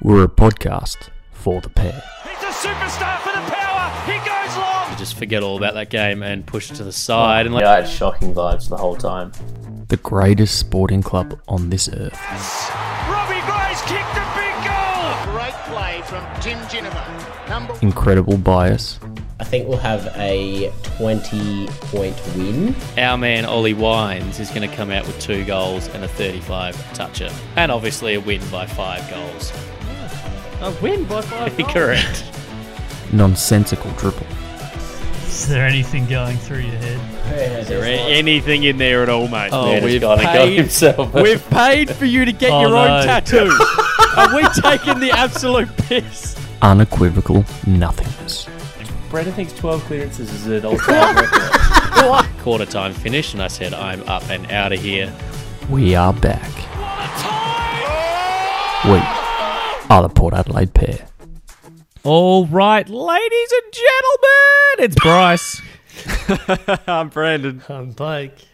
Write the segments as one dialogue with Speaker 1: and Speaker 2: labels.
Speaker 1: We're a podcast for the pair.
Speaker 2: He's a superstar for the power. He goes long.
Speaker 3: just forget all about that game and push it to the side and like
Speaker 4: Yeah, I had shocking vibes the whole time.
Speaker 1: The greatest sporting club on this earth.
Speaker 2: Robbie Gray's kicked a big goal.
Speaker 5: Great play from Tim Ginnivan. Number
Speaker 1: Incredible bias.
Speaker 6: I think we'll have a 20 point win.
Speaker 3: our man Ollie Wines is going to come out with two goals and a 35 toucher and obviously a win by five goals.
Speaker 7: A win by five goals.
Speaker 3: Correct.
Speaker 1: Nonsensical triple.
Speaker 7: Is there anything going through your head?
Speaker 6: Is
Speaker 3: there any-
Speaker 8: anything in there at all, mate.
Speaker 3: Oh,
Speaker 4: Man, it's
Speaker 3: we've
Speaker 4: gone and got
Speaker 3: paid,
Speaker 4: himself.
Speaker 3: we've paid for you to get
Speaker 7: Oh,
Speaker 3: your
Speaker 7: no.
Speaker 3: own tattoo. Are we taking the absolute piss?
Speaker 1: Unequivocal nothingness.
Speaker 4: Brendan thinks 12 clearances is an all-time record.
Speaker 3: Quarter time finish, and I said, I'm up and out of here.
Speaker 1: We are back. We are the Port Adelaide pair.
Speaker 7: All right, ladies and gentlemen, it's Bryce.
Speaker 8: I'm Brandon.
Speaker 7: I'm Blake.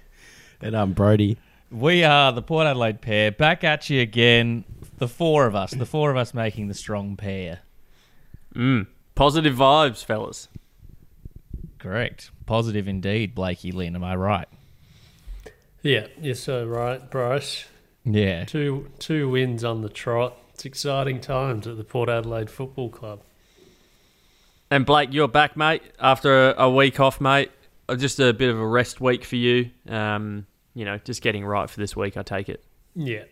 Speaker 9: And I'm Brody.
Speaker 7: We are the Port Adelaide pair back at you again. The four of us, the four of us making the strong pair.
Speaker 8: Mm, Positive vibes, fellas.
Speaker 7: Correct. Positive indeed, Blakey Lynn. Am I right?
Speaker 10: Yeah, you're so right, Bryce.
Speaker 7: Yeah.
Speaker 10: Two two wins on the trot. It's exciting times at the Port Adelaide Football Club.
Speaker 8: And Blake, you're back, mate. After a, a week off, mate. Uh, Just a bit of a rest week for you. Um, you know, just getting right for this week. I take it.
Speaker 10: Yeah,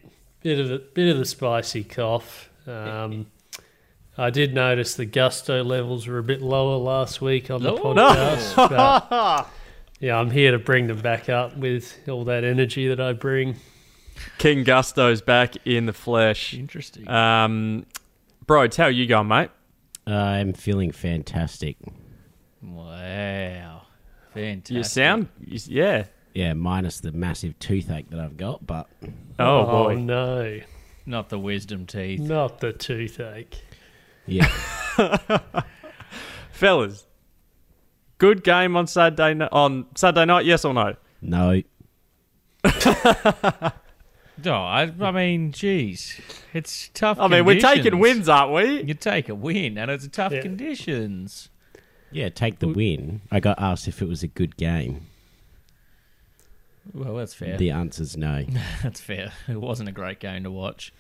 Speaker 10: bit of the bit of the spicy cough. Um, I did notice the gusto levels were a bit lower last week on the podcast. but, yeah, I'm here to bring them back up with all that energy that I bring.
Speaker 8: King Gusto's back in the flesh.
Speaker 7: Interesting.
Speaker 8: Um, bro, how you going, mate?
Speaker 9: I'm feeling fantastic.
Speaker 7: Wow. Fantastic.
Speaker 8: You sound, you, yeah.
Speaker 9: Yeah, minus the massive toothache that I've got, but
Speaker 8: Oh,
Speaker 10: oh
Speaker 8: boy,
Speaker 10: no,
Speaker 7: not the wisdom teeth.
Speaker 10: not the toothache.
Speaker 9: yeah.
Speaker 8: fellas, good game on Saturday ni- on Saturday night. Yes or no?
Speaker 9: no.
Speaker 7: No, I, I mean, geez, it's tough.
Speaker 8: I mean, we're taking
Speaker 7: conditions.
Speaker 8: wins, aren't we?
Speaker 7: You take a win, and it's tough
Speaker 10: Yeah.
Speaker 7: conditions.
Speaker 9: Yeah, take the win. I got asked if it was a good game.
Speaker 7: Well, that's fair.
Speaker 9: The answer's no.
Speaker 7: That's fair. It wasn't a great game to watch.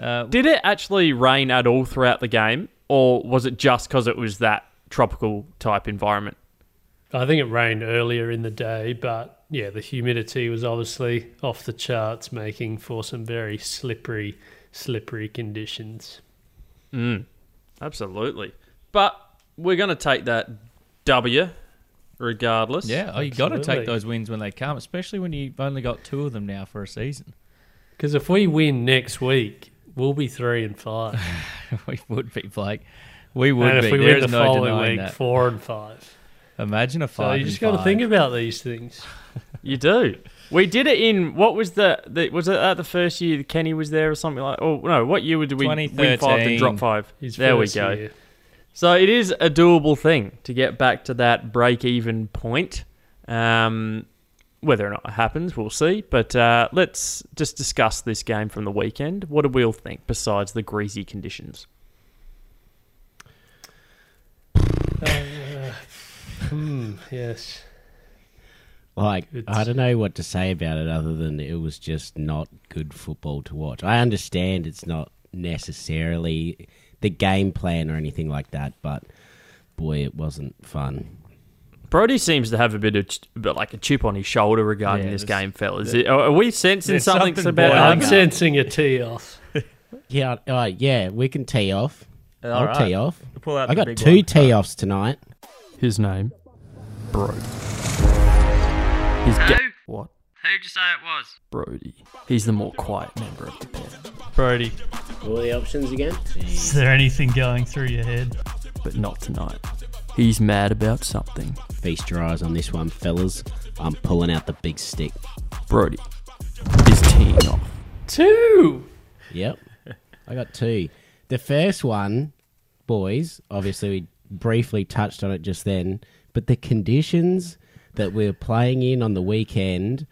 Speaker 7: Uh,
Speaker 8: Did it actually rain at all throughout the game, or was it just because it was that tropical type environment?
Speaker 10: I think it rained earlier in the day, but yeah, the humidity was obviously off the charts, making for some very slippery, slippery conditions.
Speaker 8: Absolutely. But we're going to take that W regardless.
Speaker 7: yeah, oh, you got to
Speaker 10: Absolutely.
Speaker 7: take those wins when they come, especially when you've only got two of them now for a season.
Speaker 10: Because if we win next week, we'll be three and five,
Speaker 7: we would be Blake. We would
Speaker 10: and
Speaker 7: be.
Speaker 10: if we
Speaker 7: There
Speaker 10: win
Speaker 7: is
Speaker 10: the
Speaker 7: no
Speaker 10: following
Speaker 7: denying
Speaker 10: week,
Speaker 7: that.
Speaker 10: four and five.
Speaker 7: Imagine a
Speaker 10: So
Speaker 7: five.
Speaker 10: you
Speaker 7: and
Speaker 10: just got to
Speaker 7: five.
Speaker 10: think about these things.
Speaker 8: You do. We did it in, what was the, the was it at the first year that Kenny was there or something like Oh, no, what year did we win five then
Speaker 7: 2013.
Speaker 8: drop five?
Speaker 10: His
Speaker 8: there we
Speaker 10: first
Speaker 8: go.
Speaker 10: year.
Speaker 8: So it is a doable thing to get back to that break even point. Um, whether or not it happens, we'll see. But uh, let's just discuss this game from the weekend. What do we all think besides the greasy conditions?
Speaker 10: Uh, Hmm, yes,
Speaker 9: Like,
Speaker 10: It's-
Speaker 9: I don't know what to say about it other than it was just not good football to watch. I understand it's not necessarily the game plan or anything like that, but boy, it wasn't fun.
Speaker 8: Brody seems to have a bit of ch- bit like a chip on his shoulder regarding
Speaker 7: Yeah,
Speaker 8: this
Speaker 7: there's-
Speaker 8: game, fellas. Are are we sensing
Speaker 7: there's
Speaker 8: something,
Speaker 7: something
Speaker 8: about
Speaker 7: boiling
Speaker 10: I'm
Speaker 7: up.
Speaker 10: sensing a tee off.
Speaker 9: Yeah, uh, yeah, we can tee off. I'll
Speaker 8: right.
Speaker 9: tee off.
Speaker 8: Pull out
Speaker 9: I
Speaker 8: the
Speaker 9: got
Speaker 8: big
Speaker 9: two
Speaker 8: one.
Speaker 9: tee offs tonight.
Speaker 1: His name, Bro. His
Speaker 8: Who?
Speaker 1: What?
Speaker 8: Who'd you say it was?
Speaker 1: Brody. He's the more quiet member of the pair.
Speaker 8: Brody.
Speaker 6: All the options again?
Speaker 7: Is there anything going through your head?
Speaker 1: but not tonight. He's mad about something.
Speaker 9: Feast your eyes on this one, fellas. I'm pulling out the big stick.
Speaker 1: Brody is teeing off.
Speaker 10: Two.
Speaker 9: Yep. I got two. The first one, boys, obviously we briefly touched on it just then, but the conditions that we are playing in on the weekend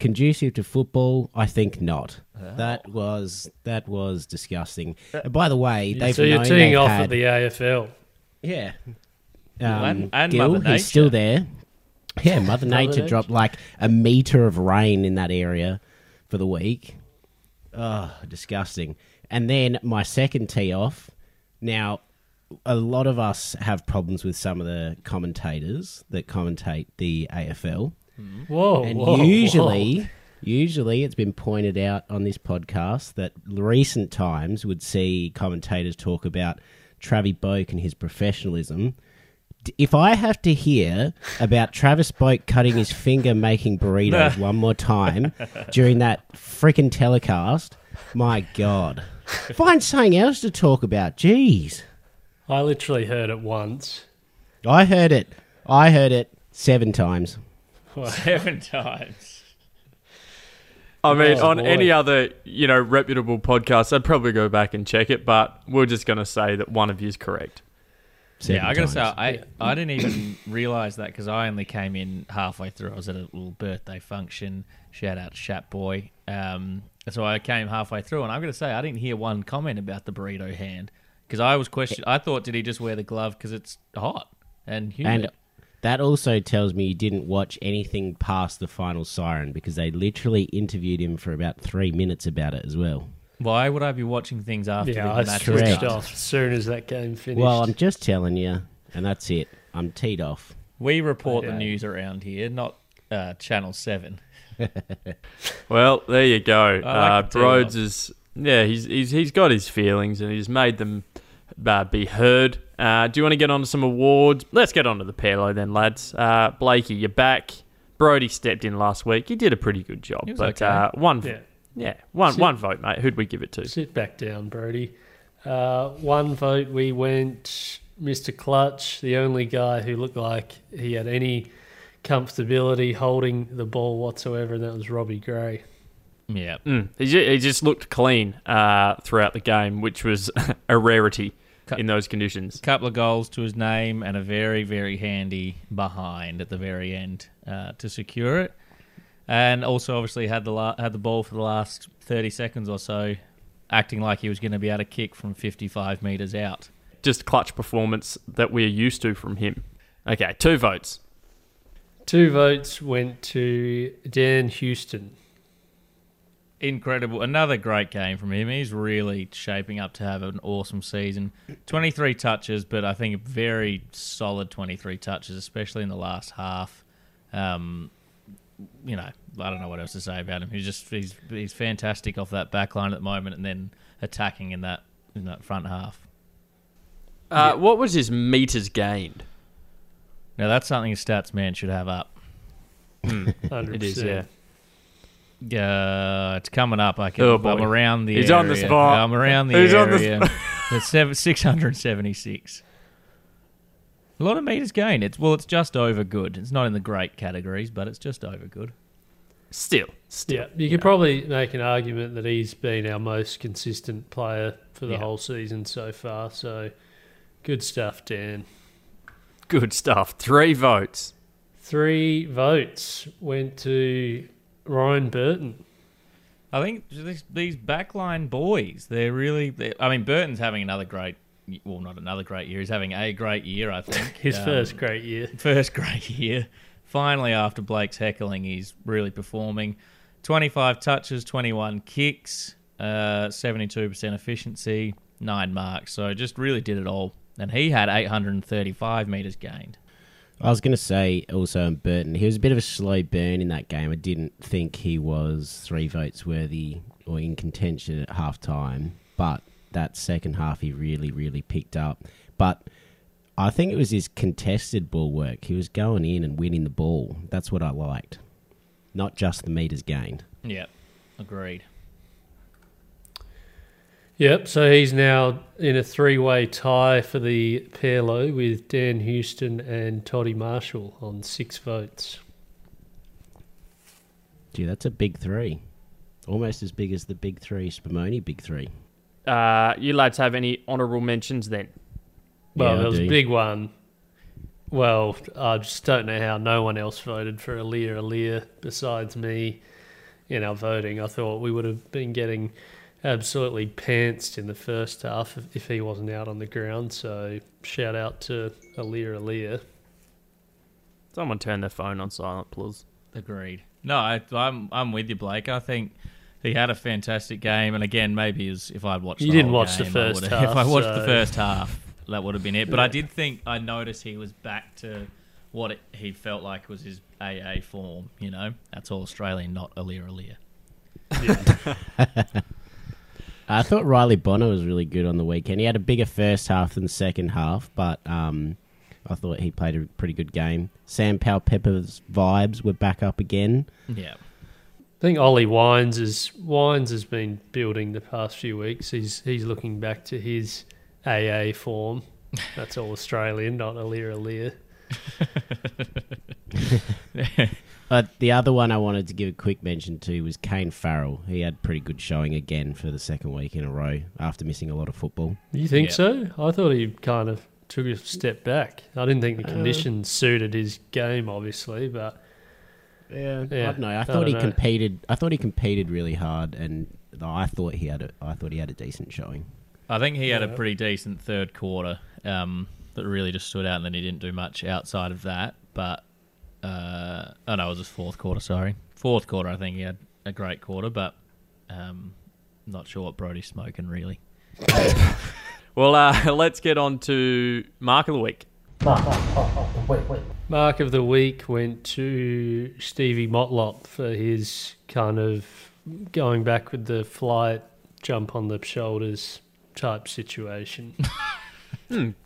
Speaker 9: conducive to football? I think not. That was that was disgusting. And by the way, they've
Speaker 10: so you're
Speaker 9: known
Speaker 10: teeing
Speaker 9: they've
Speaker 10: off
Speaker 9: had,
Speaker 10: at the AFL.
Speaker 9: yeah.
Speaker 7: and-
Speaker 9: Um,
Speaker 7: and
Speaker 9: Gil,
Speaker 7: Mother
Speaker 9: he's still
Speaker 7: Nature.
Speaker 9: there. Yeah, Mother Nature dropped like a meter of rain in that area for the week. Oh, disgusting. And then my second tee off. Now, a lot of us have problems with some of the commentators that commentate the AFL.
Speaker 10: Whoa,
Speaker 9: And
Speaker 10: whoa,
Speaker 9: usually, usually it's been pointed out on this podcast that recent times would see commentators talk about Travis Boak and his professionalism. D- If I have to hear about Travis Boak cutting his finger making burritos one more time during that freaking telecast, my God. Find something else to talk about. Jeez.
Speaker 10: whoa. I literally heard it once.
Speaker 9: I heard it. I heard it seven times.
Speaker 7: seven times.
Speaker 8: I mean,
Speaker 10: Oh,
Speaker 8: on
Speaker 10: boy.
Speaker 8: any other you know reputable podcast, I'd probably go back and check it, but we're just gonna say that one of you is correct.
Speaker 9: Seven
Speaker 7: yeah, I gotta
Speaker 9: times.
Speaker 7: say, I I didn't even realize that because I only came in halfway through. I was at a little birthday function. Shout out to Shat Boy. Um, so I came halfway through, and I'm gonna say I didn't hear one comment about the burrito hand because I was question. I thought, did he just wear the glove because it's hot and humid?
Speaker 9: And that also tells me you didn't watch anything past the final siren because they literally interviewed him for about three minutes about it as well.
Speaker 7: Why would I be watching things after
Speaker 10: Yeah,
Speaker 7: the
Speaker 10: I
Speaker 7: match?
Speaker 10: switched
Speaker 9: correct.
Speaker 10: off as soon as that game finished.
Speaker 9: Well, I'm just telling you, and that's it. I'm teed off.
Speaker 7: We report the news around here, not uh, Channel Seven.
Speaker 8: Well, there you go.
Speaker 7: I like
Speaker 8: uh,
Speaker 7: the team
Speaker 8: Broads
Speaker 7: up.
Speaker 8: is yeah, he's he's he's got his feelings and he's made them uh, be heard. Uh, do you want to get on to some awards? Let's get on to the pillow then, lads. Uh, Blakey, you're back. Brody stepped in last week. He did a pretty good job,
Speaker 7: was
Speaker 8: but
Speaker 7: okay.
Speaker 8: uh, one
Speaker 10: Yeah.
Speaker 8: yeah, one one vote, mate. Who'd we give it to?
Speaker 10: Sit back down, Brody. Uh, one vote we went Mr. Clutch, the only guy who looked like he had any comfortability holding the ball whatsoever, and that was Robbie Gray.
Speaker 7: Yeah,
Speaker 8: Mm. He, ju- he just looked clean uh, throughout the game, which was a rarity
Speaker 7: Cut.
Speaker 8: in those conditions.
Speaker 7: couple of goals to his name and a very, very handy behind at the very end uh, to secure it. And also, obviously, had the la- had the ball for the last thirty seconds or so, acting like he was going to be able to kick from fifty-five meters out.
Speaker 8: Just clutch performance that we're used to from him. Okay, two votes.
Speaker 10: Two votes went to Dan Houston.
Speaker 7: Incredible! Another great game from him. He's really shaping up to have an awesome season. Twenty-three touches, but I think a very solid twenty-three touches, especially in the last half. Um, you know, I don't know what else to say about him. He's just he's he's fantastic off that back line at the moment, and then attacking in that in that front half.
Speaker 8: Uh, What was his meters gained?
Speaker 7: Now that's something a stats man should have up.
Speaker 10: 100%.
Speaker 8: It is, yeah.
Speaker 7: Uh, it's coming up. I can.
Speaker 8: Oh, boy.
Speaker 7: I'm around the.
Speaker 8: He's on the
Speaker 7: area.
Speaker 8: spot.
Speaker 7: I'm around the
Speaker 8: He's on the
Speaker 7: area. it's seven, 676. A lot of meters gained. It's well, it's just over good. It's not in the great categories, but it's just over good.
Speaker 8: Still, still.
Speaker 10: Yeah, you could probably make an argument that he's been our most consistent player for the
Speaker 7: Yeah.
Speaker 10: whole season so far. So good stuff, Dan.
Speaker 8: Good stuff. Three votes.
Speaker 10: Three votes went to Ryan Burton.
Speaker 7: I think this, these backline boys, they're really. They're, I mean, Burton's having another great. Well, not another great year. He's having a great year, I think.
Speaker 10: His
Speaker 7: Um,
Speaker 10: first great year.
Speaker 7: first great year. Finally, after Blake's heckling, he's really performing. 25 touches, 21 kicks, uh, 72% efficiency, nine marks. So just really did it all. And he had 835 meters gained.
Speaker 9: I was going to say also in Burton, he was a bit of a slow burn in that game. I didn't think he was three votes worthy or in contention at half time, but that second half he really, really picked up. But I think it was his contested ball work. He was going in and winning the ball. That's what I liked, not just the meters gained.
Speaker 7: Yep, agreed.
Speaker 10: Yep, so he's now in a three way tie for the PLO with Dan Houston and Toddy Marshall on six votes.
Speaker 9: Gee, that's a big three, almost as big as the big three Spumoni big three.
Speaker 8: Uh, you lads have any honourable mentions then?
Speaker 10: Well,
Speaker 9: Yeah, I
Speaker 10: there was a
Speaker 9: do.
Speaker 10: big one. Well, I just don't know how no one else voted for Aaliyah Aaliyah besides me. in our voting. I thought we would have been getting absolutely pantsed in the first half if, if he wasn't out on the ground. So shout out to Alir Alir.
Speaker 8: Someone turn their phone on silent, please.
Speaker 7: Agreed. No, I, I'm I'm with you, Blake. I think he had a fantastic game, and again, maybe as if I'd watched.
Speaker 10: You
Speaker 7: the
Speaker 10: didn't
Speaker 7: whole
Speaker 10: watch the
Speaker 7: game, I
Speaker 10: first
Speaker 7: would've-
Speaker 10: half,
Speaker 7: If I watched
Speaker 10: so-
Speaker 7: the first half, that would have been it. But I did think I noticed he was back to what it, he felt like was his AA form. You know, that's all Australian, not Alir Alir.
Speaker 9: I thought Riley Bonner was really good on the weekend. He had a bigger first half than second half, but um, I thought he played a pretty good game. Sam Powell Pepper's vibes were back up again.
Speaker 7: Yeah.
Speaker 10: I think Ollie Wines is Wines has been building the past few weeks. He's he's looking back to his AA form. That's all Australian, not Alir Alir.
Speaker 9: But the other one I wanted to give a quick mention to was Kane Farrell. He had pretty good showing again for the second week in a row after missing a lot of football.
Speaker 10: You think
Speaker 7: Yeah.
Speaker 10: so? I thought he kind of took a step back. I didn't think the
Speaker 7: Uh.
Speaker 10: conditions suited his game, obviously, but
Speaker 9: Yeah, I
Speaker 10: Yeah,
Speaker 9: don't know. I,
Speaker 10: I
Speaker 9: thought he
Speaker 10: dunno.
Speaker 9: competed. I thought he competed really hard, and I thought he had a. I thought he had a decent showing.
Speaker 7: I think he had a pretty decent third quarter um, that really just stood out, and then he didn't do much outside of that. But uh, oh no, it was his fourth quarter. Sorry, fourth quarter. I think he had a great quarter, but um, not sure what Brody's smoking really.
Speaker 8: Well, uh, let's get on to Mark of the Week.
Speaker 10: Mark of the week went to Stevie Motlop for his kind of going back with the flight, jump on the shoulders type situation.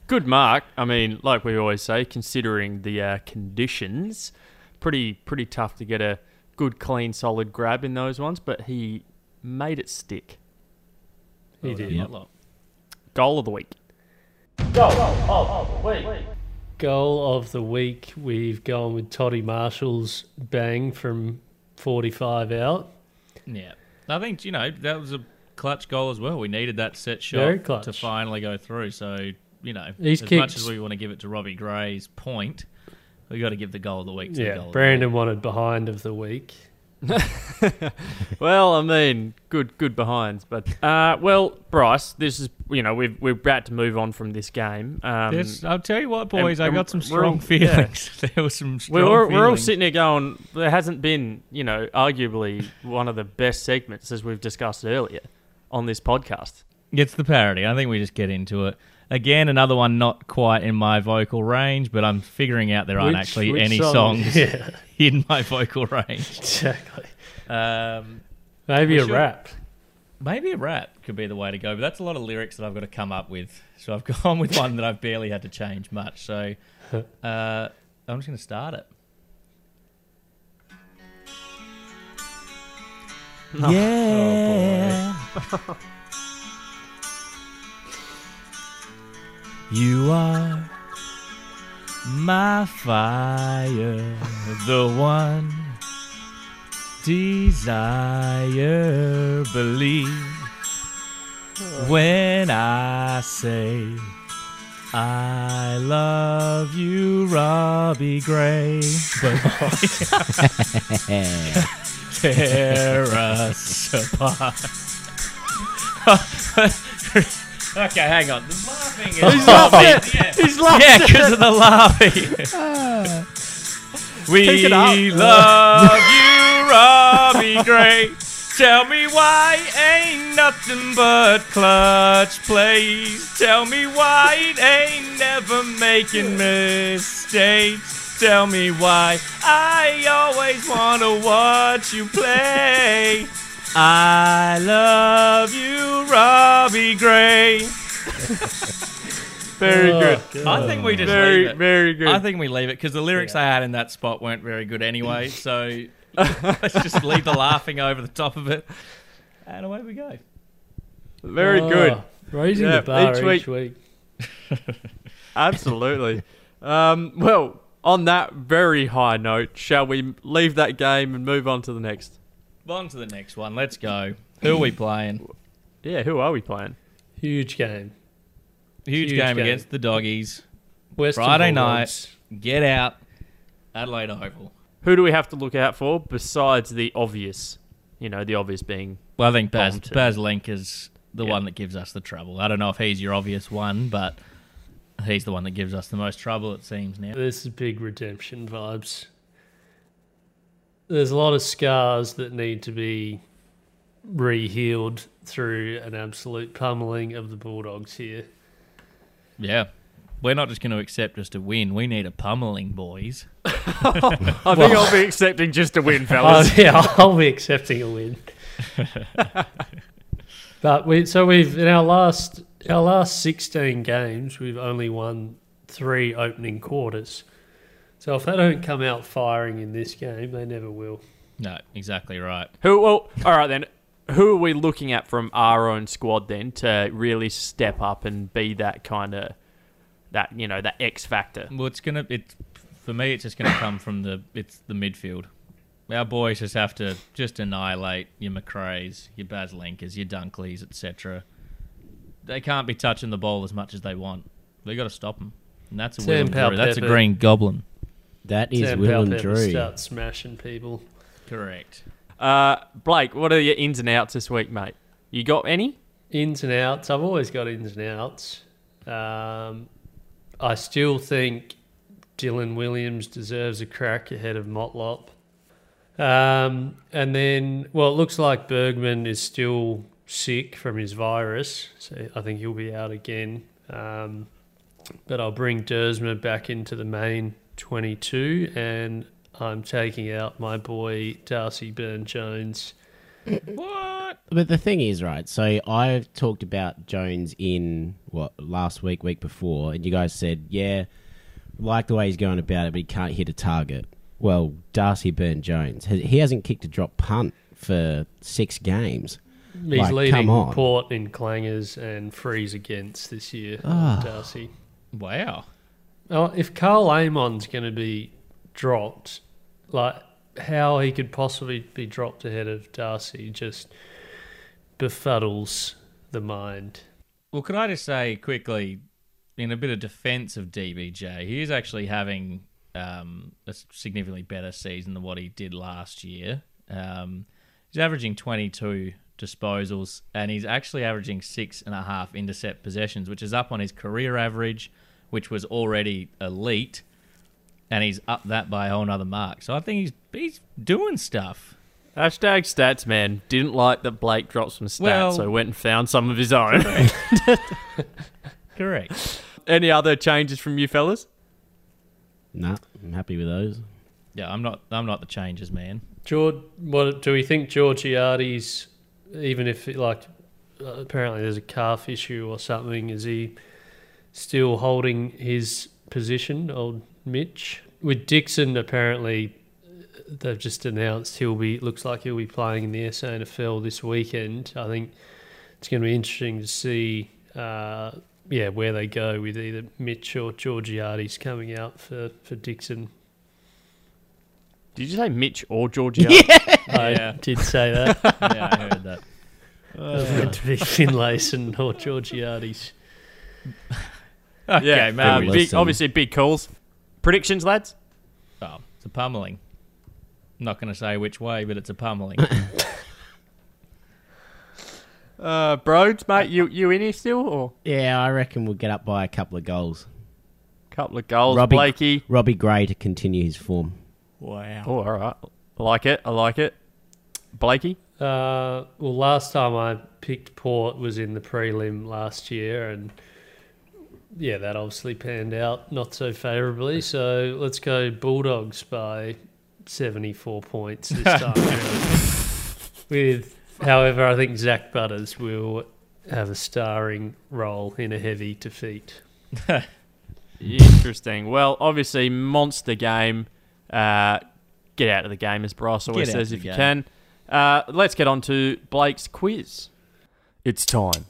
Speaker 8: Good mark. I mean, like we always say, considering the uh, conditions, pretty pretty tough to get a good, clean, solid grab in those ones. But he made it stick.
Speaker 10: he did.
Speaker 8: Goal of the week.
Speaker 10: Goal of the week, we've gone with Toddy Marshall's bang from 45 out.
Speaker 7: Yeah, I think you know that was a clutch goal as well. We needed that set
Speaker 10: Very
Speaker 7: shot
Speaker 10: clutch.
Speaker 7: to finally go through. So you know,
Speaker 10: These
Speaker 7: as
Speaker 10: kicks-
Speaker 7: much as we want to give it to Robbie Gray's point, we got to give the goal of the week to the
Speaker 10: Yeah,
Speaker 7: goal. of the
Speaker 10: Brandon wanted behind of the week.
Speaker 8: Well, I mean, good good behinds, but uh, well, Bryce, this is you know we've, we're about to move on from this game. Um,
Speaker 7: This, I'll tell you what, boys,
Speaker 8: and-
Speaker 7: I got some
Speaker 8: and we're all-
Speaker 7: strong feelings. there was some strong
Speaker 8: we're, all,
Speaker 7: feelings.
Speaker 8: we're all sitting here going, there hasn't been you know arguably one of the best segments as we've discussed earlier on this podcast.
Speaker 7: It's the parody. I think we just get into it. Again, another one not quite in my vocal range, but I'm figuring out there aren't
Speaker 10: Which-
Speaker 7: actually
Speaker 10: which
Speaker 7: any
Speaker 10: song-
Speaker 7: songs
Speaker 10: Yeah,
Speaker 7: in my vocal range.
Speaker 10: exactly.
Speaker 7: Um,
Speaker 10: Maybe
Speaker 7: We
Speaker 10: a
Speaker 7: should-
Speaker 10: rap.
Speaker 7: maybe a rap could be the way to go, but that's a lot of lyrics that I've got to come up with. So I've gone with one that I've barely had to change much. So uh, I'm just going to start it.
Speaker 10: Oh,
Speaker 7: You are my fire, the one desire. Believe when I say I love you, Robbie Gray. But tear us apart. okay, hang on. The laughing is He's laughing. Yeah. He's laughing. Yeah, because of the laughing. we love you, Robbie Gray. Tell me why ain't nothing but clutch plays. Tell me why it ain't never making mistakes. Tell me why I always wanna watch you play. I love you, Robbie Gray.
Speaker 8: Very good,
Speaker 7: I think we just leave
Speaker 8: very
Speaker 7: Oh, it.
Speaker 8: very good.
Speaker 7: I think we leave it because the lyrics I had in that spot weren't very good anyway. So let's just leave the laughing over the top of it, and away we go.
Speaker 8: very
Speaker 7: oh.
Speaker 8: good.
Speaker 10: Raising
Speaker 8: Yeah,
Speaker 10: the bar
Speaker 8: each
Speaker 10: each
Speaker 8: week-
Speaker 10: week.
Speaker 8: Absolutely. um, well, on that very high note, shall we leave that game and move on to the next?
Speaker 7: On to the next one. Let's go. Who are we playing?
Speaker 8: Yeah, who are we playing?
Speaker 10: Huge game.
Speaker 7: Huge,
Speaker 10: Huge
Speaker 7: game,
Speaker 10: game.
Speaker 7: against the doggies.
Speaker 10: Western
Speaker 7: Friday
Speaker 10: Bulldogs.
Speaker 7: night. Get out. Adelaide Oval.
Speaker 8: Who do we have to look out for besides the obvious? You know, the obvious being
Speaker 7: Well, I think Baz,
Speaker 8: Bomb too.
Speaker 7: Baz Link is the
Speaker 8: Yeah.
Speaker 7: one that gives us the trouble. I don't know if he's your obvious one, but he's the one that gives us the most trouble, it seems now.
Speaker 10: This is big redemption vibes. There's a lot of scars that need to be re-healed through an absolute pummeling of the Bulldogs here.
Speaker 7: Yeah. We're not just going to accept just a win. We need a pummeling, boys.
Speaker 8: I think I'll be accepting just a win,
Speaker 10: Oh,
Speaker 8: fellas.
Speaker 10: yeah, I'll be accepting a win. but we so we've in our last our last sixteen games we've only won three opening quarters. So if they don't come out firing in this game, they never will.
Speaker 7: No, exactly right.
Speaker 8: Who? Well, all right then. Who are we looking at from our own squad then to really step up and be that kind of that you know that X factor?
Speaker 7: Well, it's gonna. It for me, it's just gonna come from the. It's the midfield. Our boys just have to just annihilate your McRae's, your Baz Linkers, your Dunkleys, etc. They can't be touching the ball as much as they want. They got to stop them, and that's a
Speaker 10: Sam
Speaker 7: Willem Drew. That's a
Speaker 10: Palpepper.
Speaker 7: green goblin.
Speaker 9: That is
Speaker 10: Sam
Speaker 9: Will and
Speaker 10: Palpepper
Speaker 9: Drew.
Speaker 10: start smashing people.
Speaker 7: Correct.
Speaker 8: Uh, Blake, what are your ins and outs this week, mate? You got any?
Speaker 10: Ins and outs. I've always got ins and outs. Um, I still think Dylan Williams deserves a crack ahead of Motlop. Um, and then, well, it looks like Bergman is still sick from his virus, so I think he'll be out again. Um, but I'll bring Dersma back into the main 22, and I'm taking out my boy Darcy Burn Jones.
Speaker 9: But the thing is, right? So I talked about Jones in what last week, week before, and you guys said, yeah, like the way he's going about it, but he can't hit a target. Well, Darcy Burn Jones, has- he hasn't kicked a drop punt for six games.
Speaker 10: He's
Speaker 9: Like,
Speaker 10: leading
Speaker 9: come on.
Speaker 10: Port in clangers and frees against this year,
Speaker 9: Ah.
Speaker 10: Darcy.
Speaker 7: Wow.
Speaker 10: Oh, if Carl Amon's going to be dropped, like how he could possibly be dropped ahead of Darcy just befuddles the mind.
Speaker 7: Well, could I just say quickly, in a bit of defence of DBJ, he is actually having um, a significantly better season than what he did last year. Um, he's averaging 22 disposals, and he's actually averaging six and a half intercept possessions, which is up on his career average, which was already elite, and he's up that by a whole nother mark. So I think he's he's doing stuff.
Speaker 8: Hashtag stats man didn't like that Blake dropped some stats,
Speaker 7: Well-
Speaker 8: so went and found some of his own.
Speaker 7: Correct.
Speaker 8: any other changes from you fellas?
Speaker 9: Nah, I'm happy with those.
Speaker 7: Yeah, I'm not I'm not the changes man.
Speaker 10: George, what do we think Georgiades, even if it, like uh, apparently there's a calf issue or something, is he still holding his position, old Mitch? With Dixon, apparently uh, they've just announced he'll be looks like he'll be playing in the SANFL this weekend. I think it's going to be interesting to see, uh, yeah, where they go with either Mitch or Georgiades coming out for for Dixon.
Speaker 8: Did you say Mitch or Georgia?
Speaker 10: I did say that.
Speaker 7: Yeah, I heard that.
Speaker 10: It's meant to be Finlayson or Georgiades.
Speaker 8: yeah,
Speaker 9: man.
Speaker 8: uh, big,
Speaker 9: Listen.
Speaker 8: obviously big calls. Predictions, lads.
Speaker 7: Oh, it's a pummeling. Not going to say which way, but it's a pummeling.
Speaker 8: Uh, Broads, mate, you you in here still or
Speaker 9: Yeah, I reckon we'll get up by a couple of goals.
Speaker 8: couple of goals,
Speaker 9: Robbie-
Speaker 8: Blakey?
Speaker 9: Robbie Gray to continue his form.
Speaker 8: Wow. Oh, all right. I like it. I like it. Blakey.
Speaker 10: Uh, well, last time I picked Port was in the prelim last year, and yeah, that obviously panned out not so favourably. So let's go Bulldogs by 74 points this time. around. With, however, I think Zach Butters will have a starring role in a heavy defeat.
Speaker 8: Interesting. Well, obviously, monster game. Uh, get out of the game, as Bryce always
Speaker 7: Get out
Speaker 8: says,
Speaker 7: of
Speaker 8: if
Speaker 7: the
Speaker 8: you
Speaker 7: game.
Speaker 8: can. Uh, let's get on to Blake's quiz.
Speaker 1: It's time.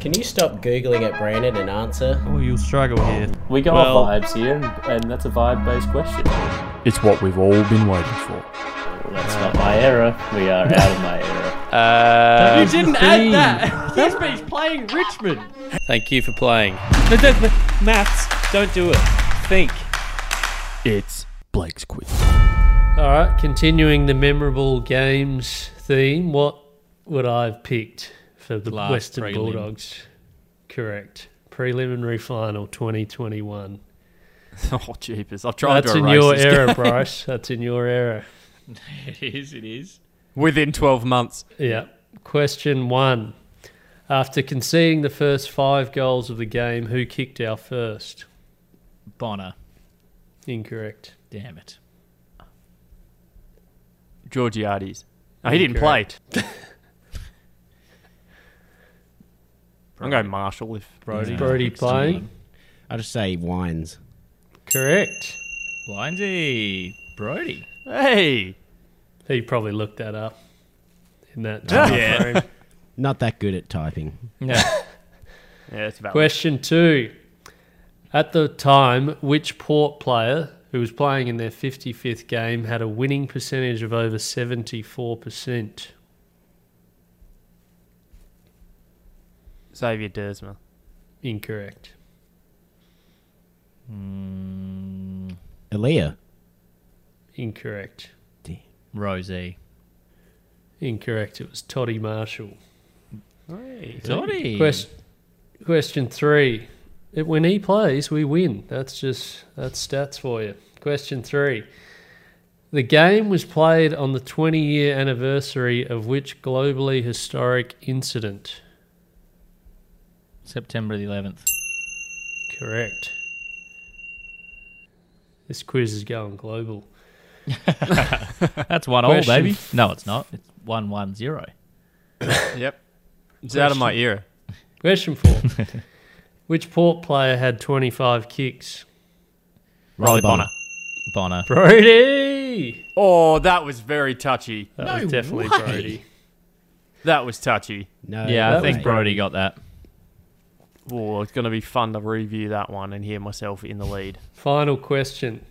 Speaker 6: Can you stop Googling it, Brandon, and answer?
Speaker 7: oh, you'll struggle here.
Speaker 4: We go
Speaker 8: Well-
Speaker 4: off vibes here, and, and that's a vibe-based question.
Speaker 1: It's what we've all been waiting for.
Speaker 4: That's not my era. We are out of my era.
Speaker 1: Um,
Speaker 8: Uh, you didn't add that. He's been playing Richmond.
Speaker 3: Thank you for playing. No, don't- maths, don't do it. Think.
Speaker 1: It's Blake's quiz.
Speaker 10: All right, continuing the memorable games theme, what would I have picked for the
Speaker 7: Last
Speaker 10: Western
Speaker 7: prelim.
Speaker 10: Bulldogs? Correct. Preliminary final 2021.
Speaker 8: oh, jeepers. I've tried
Speaker 10: That's
Speaker 8: to
Speaker 10: in
Speaker 8: erase
Speaker 10: your
Speaker 8: this
Speaker 10: era,
Speaker 8: game.
Speaker 10: Bryce. That's in your era.
Speaker 7: It is, it is.
Speaker 8: Within 12 months.
Speaker 10: Yeah. Question one. After conceding the first five goals of the game, who kicked our first?
Speaker 7: Bonner.
Speaker 10: Incorrect.
Speaker 7: Damn it.
Speaker 8: Georgiades. Oh, he didn't play. I'm going Marshall if.
Speaker 7: Brody.
Speaker 10: Brody
Speaker 7: Next to
Speaker 10: playing?
Speaker 7: one.
Speaker 9: I'll just say wines.
Speaker 10: Correct.
Speaker 7: Lindsay. Brody.
Speaker 8: Hey!
Speaker 10: He probably looked that up in that time
Speaker 8: Yeah.
Speaker 10: frame.
Speaker 9: Not that good at typing.
Speaker 8: Yeah, it's about.
Speaker 10: Question two. At the time, which Port player who was playing in their 55th game had a winning percentage of over 74%?
Speaker 8: Xavier Dersma.
Speaker 10: Incorrect.
Speaker 9: Aaliyah.
Speaker 10: Incorrect.
Speaker 7: Rosie.
Speaker 10: Incorrect. It was Toddy Marshall.
Speaker 7: Brody.
Speaker 10: Quest- question three. It- when he plays, we win. That's just that's stats for you. Question three. The game was played on the 20 year anniversary of which globally historic incident?
Speaker 7: September the 11th.
Speaker 10: Correct. This quiz is going global.
Speaker 7: That's one all,
Speaker 10: Question
Speaker 7: baby.
Speaker 10: f-
Speaker 7: No, it's not. It's 110.
Speaker 8: Yep. It's out of my era.
Speaker 10: Question four. which Port player had 25 kicks?
Speaker 8: Riley Bonner.
Speaker 7: Bonner.
Speaker 10: Brody!
Speaker 8: Oh, that was very touchy.
Speaker 10: That was definitely
Speaker 9: way.
Speaker 10: Brody.
Speaker 8: That was touchy.
Speaker 9: No.
Speaker 7: Yeah, I
Speaker 10: That
Speaker 7: think
Speaker 10: was
Speaker 7: Brody got that.
Speaker 8: Oh, it's going to be fun to review that one and hear myself in the lead.
Speaker 10: Final question.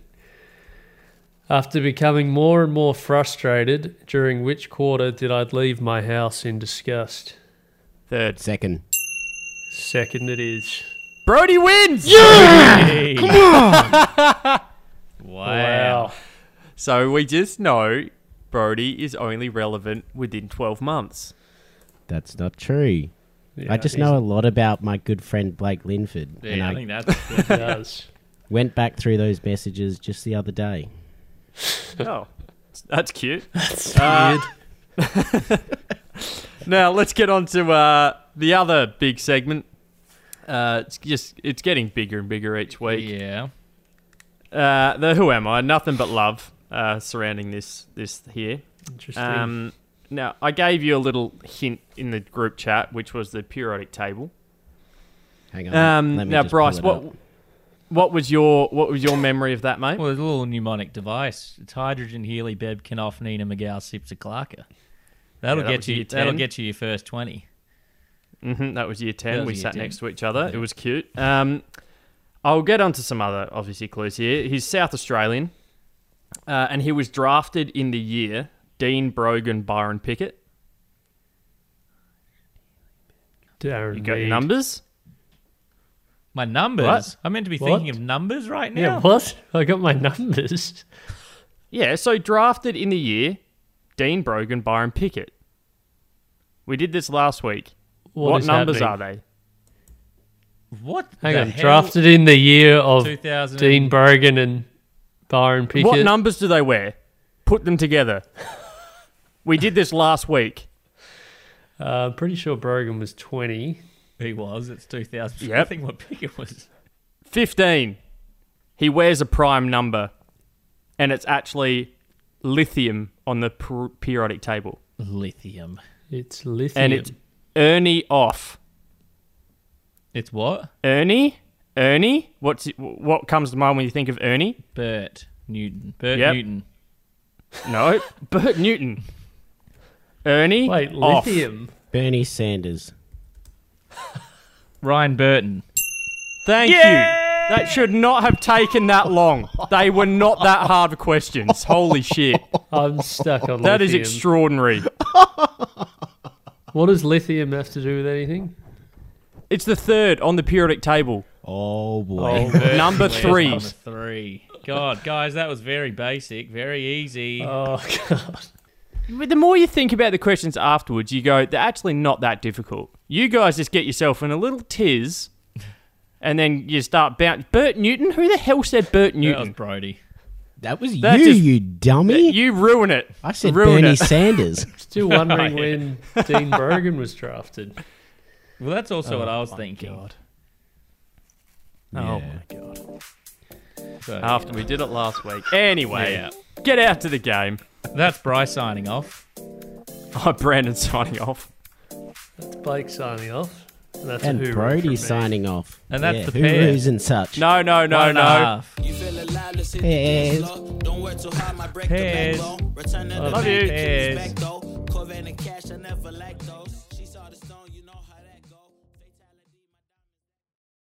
Speaker 10: After becoming more and more frustrated, during which quarter did I leave my house in disgust?
Speaker 8: Third.
Speaker 9: Second.
Speaker 10: Second it is.
Speaker 8: Brody wins!
Speaker 7: Wow.
Speaker 8: So we just know Brody is only relevant within 12 months.
Speaker 9: That's not true. I just know a lot about my good friend Blake Linford. and
Speaker 7: Yeah,
Speaker 9: I
Speaker 7: I think that's
Speaker 10: It does.
Speaker 9: went back through those messages just the other day.
Speaker 8: Oh, that's cute. Uh, now let's get on to uh, the other big segment. Uh, it's just it's getting bigger and bigger each week.
Speaker 7: yeah.
Speaker 8: Uh, the Who Am I? Nothing but love uh, surrounding this this here.
Speaker 10: Interesting.
Speaker 8: Um, now I gave you a little hint in the group chat, which was the periodic table.
Speaker 9: Hang on.
Speaker 8: Um,
Speaker 9: let me
Speaker 8: now
Speaker 9: just
Speaker 8: Bryce,
Speaker 9: pull it
Speaker 8: what
Speaker 9: up.
Speaker 8: what was your what was your memory of that, mate?
Speaker 7: Well, it's a little mnemonic device. It's hydrogen, Healy, Beb, Knopf, Nina, McGow, Sipsa, Clarka. That'll
Speaker 8: Yeah, that
Speaker 7: get
Speaker 8: was
Speaker 7: you.
Speaker 8: year 10.
Speaker 7: That'll get you your first twenty.
Speaker 8: hmm that was year 10.
Speaker 7: That was
Speaker 8: we
Speaker 7: year
Speaker 8: sat
Speaker 7: 10.
Speaker 8: next to each other. It was cute. Um, I'll get onto some other, obviously, clues here. He's South Australian, uh, and he was drafted in the year Dean Brogan Byron Pickett.
Speaker 10: Darren
Speaker 8: You got your
Speaker 10: Mead.
Speaker 8: numbers?
Speaker 7: My numbers.
Speaker 8: What?
Speaker 7: I'm meant to be
Speaker 10: What?
Speaker 7: thinking of numbers right now.
Speaker 10: Yeah, what? I got my numbers.
Speaker 8: Yeah, so drafted in the year Dean Brogan Byron Pickett. We did this last week. What, numbers are they?
Speaker 7: What?
Speaker 10: Hang
Speaker 7: the
Speaker 10: on.
Speaker 7: hell?
Speaker 10: Drafted in the year of
Speaker 7: 2000
Speaker 10: Dean Brogan and Byron Pickett.
Speaker 8: What numbers do they wear? Put them together. we did this last week.
Speaker 10: Uh, I'm pretty sure Brogan was 20.
Speaker 7: He was. It's 2000. I
Speaker 8: Yep.
Speaker 7: think what Pickett was.
Speaker 8: 15. He wears a prime number, and it's actually lithium on the per- periodic table.
Speaker 7: Lithium.
Speaker 10: It's lithium.
Speaker 8: And it's Ernie off.
Speaker 7: It's what?
Speaker 8: Ernie? Ernie? What's it- what comes to mind when you think of Ernie?
Speaker 7: Bert Newton. Bert
Speaker 8: Yep.
Speaker 7: Newton.
Speaker 8: No, Bert Newton. Ernie?
Speaker 10: Wait,
Speaker 8: off.
Speaker 10: lithium.
Speaker 9: Bernie Sanders.
Speaker 7: Ryan Burton.
Speaker 8: Thank you. That should not have taken that long. They were not that hard of questions. Holy shit.
Speaker 10: I'm stuck on
Speaker 8: That is
Speaker 10: lithium.
Speaker 8: extraordinary.
Speaker 10: What does lithium have to do with anything?
Speaker 8: It's the third on the periodic table.
Speaker 9: Oh boy.
Speaker 8: Number
Speaker 7: Where's
Speaker 8: three.
Speaker 7: Number three. God, guys, that was very basic, very easy.
Speaker 10: Oh god.
Speaker 8: But the more you think about the questions afterwards, you go, they're actually not that difficult. You guys just get yourself in a little tiz, and then you start bounce. Bert Newton? Who the hell said Bert
Speaker 7: that was
Speaker 8: Newton?
Speaker 7: Brody.
Speaker 6: That was
Speaker 8: That
Speaker 6: you,
Speaker 8: just-
Speaker 6: you dummy.
Speaker 8: You ruin it.
Speaker 6: I said
Speaker 8: ruin
Speaker 6: Bernie
Speaker 8: it.
Speaker 6: Sanders.
Speaker 10: Still wondering when Dean Brogan was drafted.
Speaker 7: Well, that's also what I was thinking.
Speaker 8: Oh my god.
Speaker 7: So,
Speaker 8: After we did it last week. Anyway,
Speaker 7: Yeah.
Speaker 8: get out to the game.
Speaker 7: that's Bryce signing off.
Speaker 8: Oh, Brandon signing off.
Speaker 10: Blake signing off. And that's a
Speaker 6: and
Speaker 10: hoorah from me.
Speaker 6: Brody's signing off.
Speaker 7: And that's
Speaker 6: yeah,
Speaker 7: the pair.
Speaker 6: Hoorahs and such.
Speaker 8: No, no, no,
Speaker 7: One and a
Speaker 8: no.
Speaker 7: half.
Speaker 6: Pairs.
Speaker 7: Pairs.
Speaker 8: Love you.
Speaker 7: Pairs.
Speaker 9: Corvette and cash, I never like those.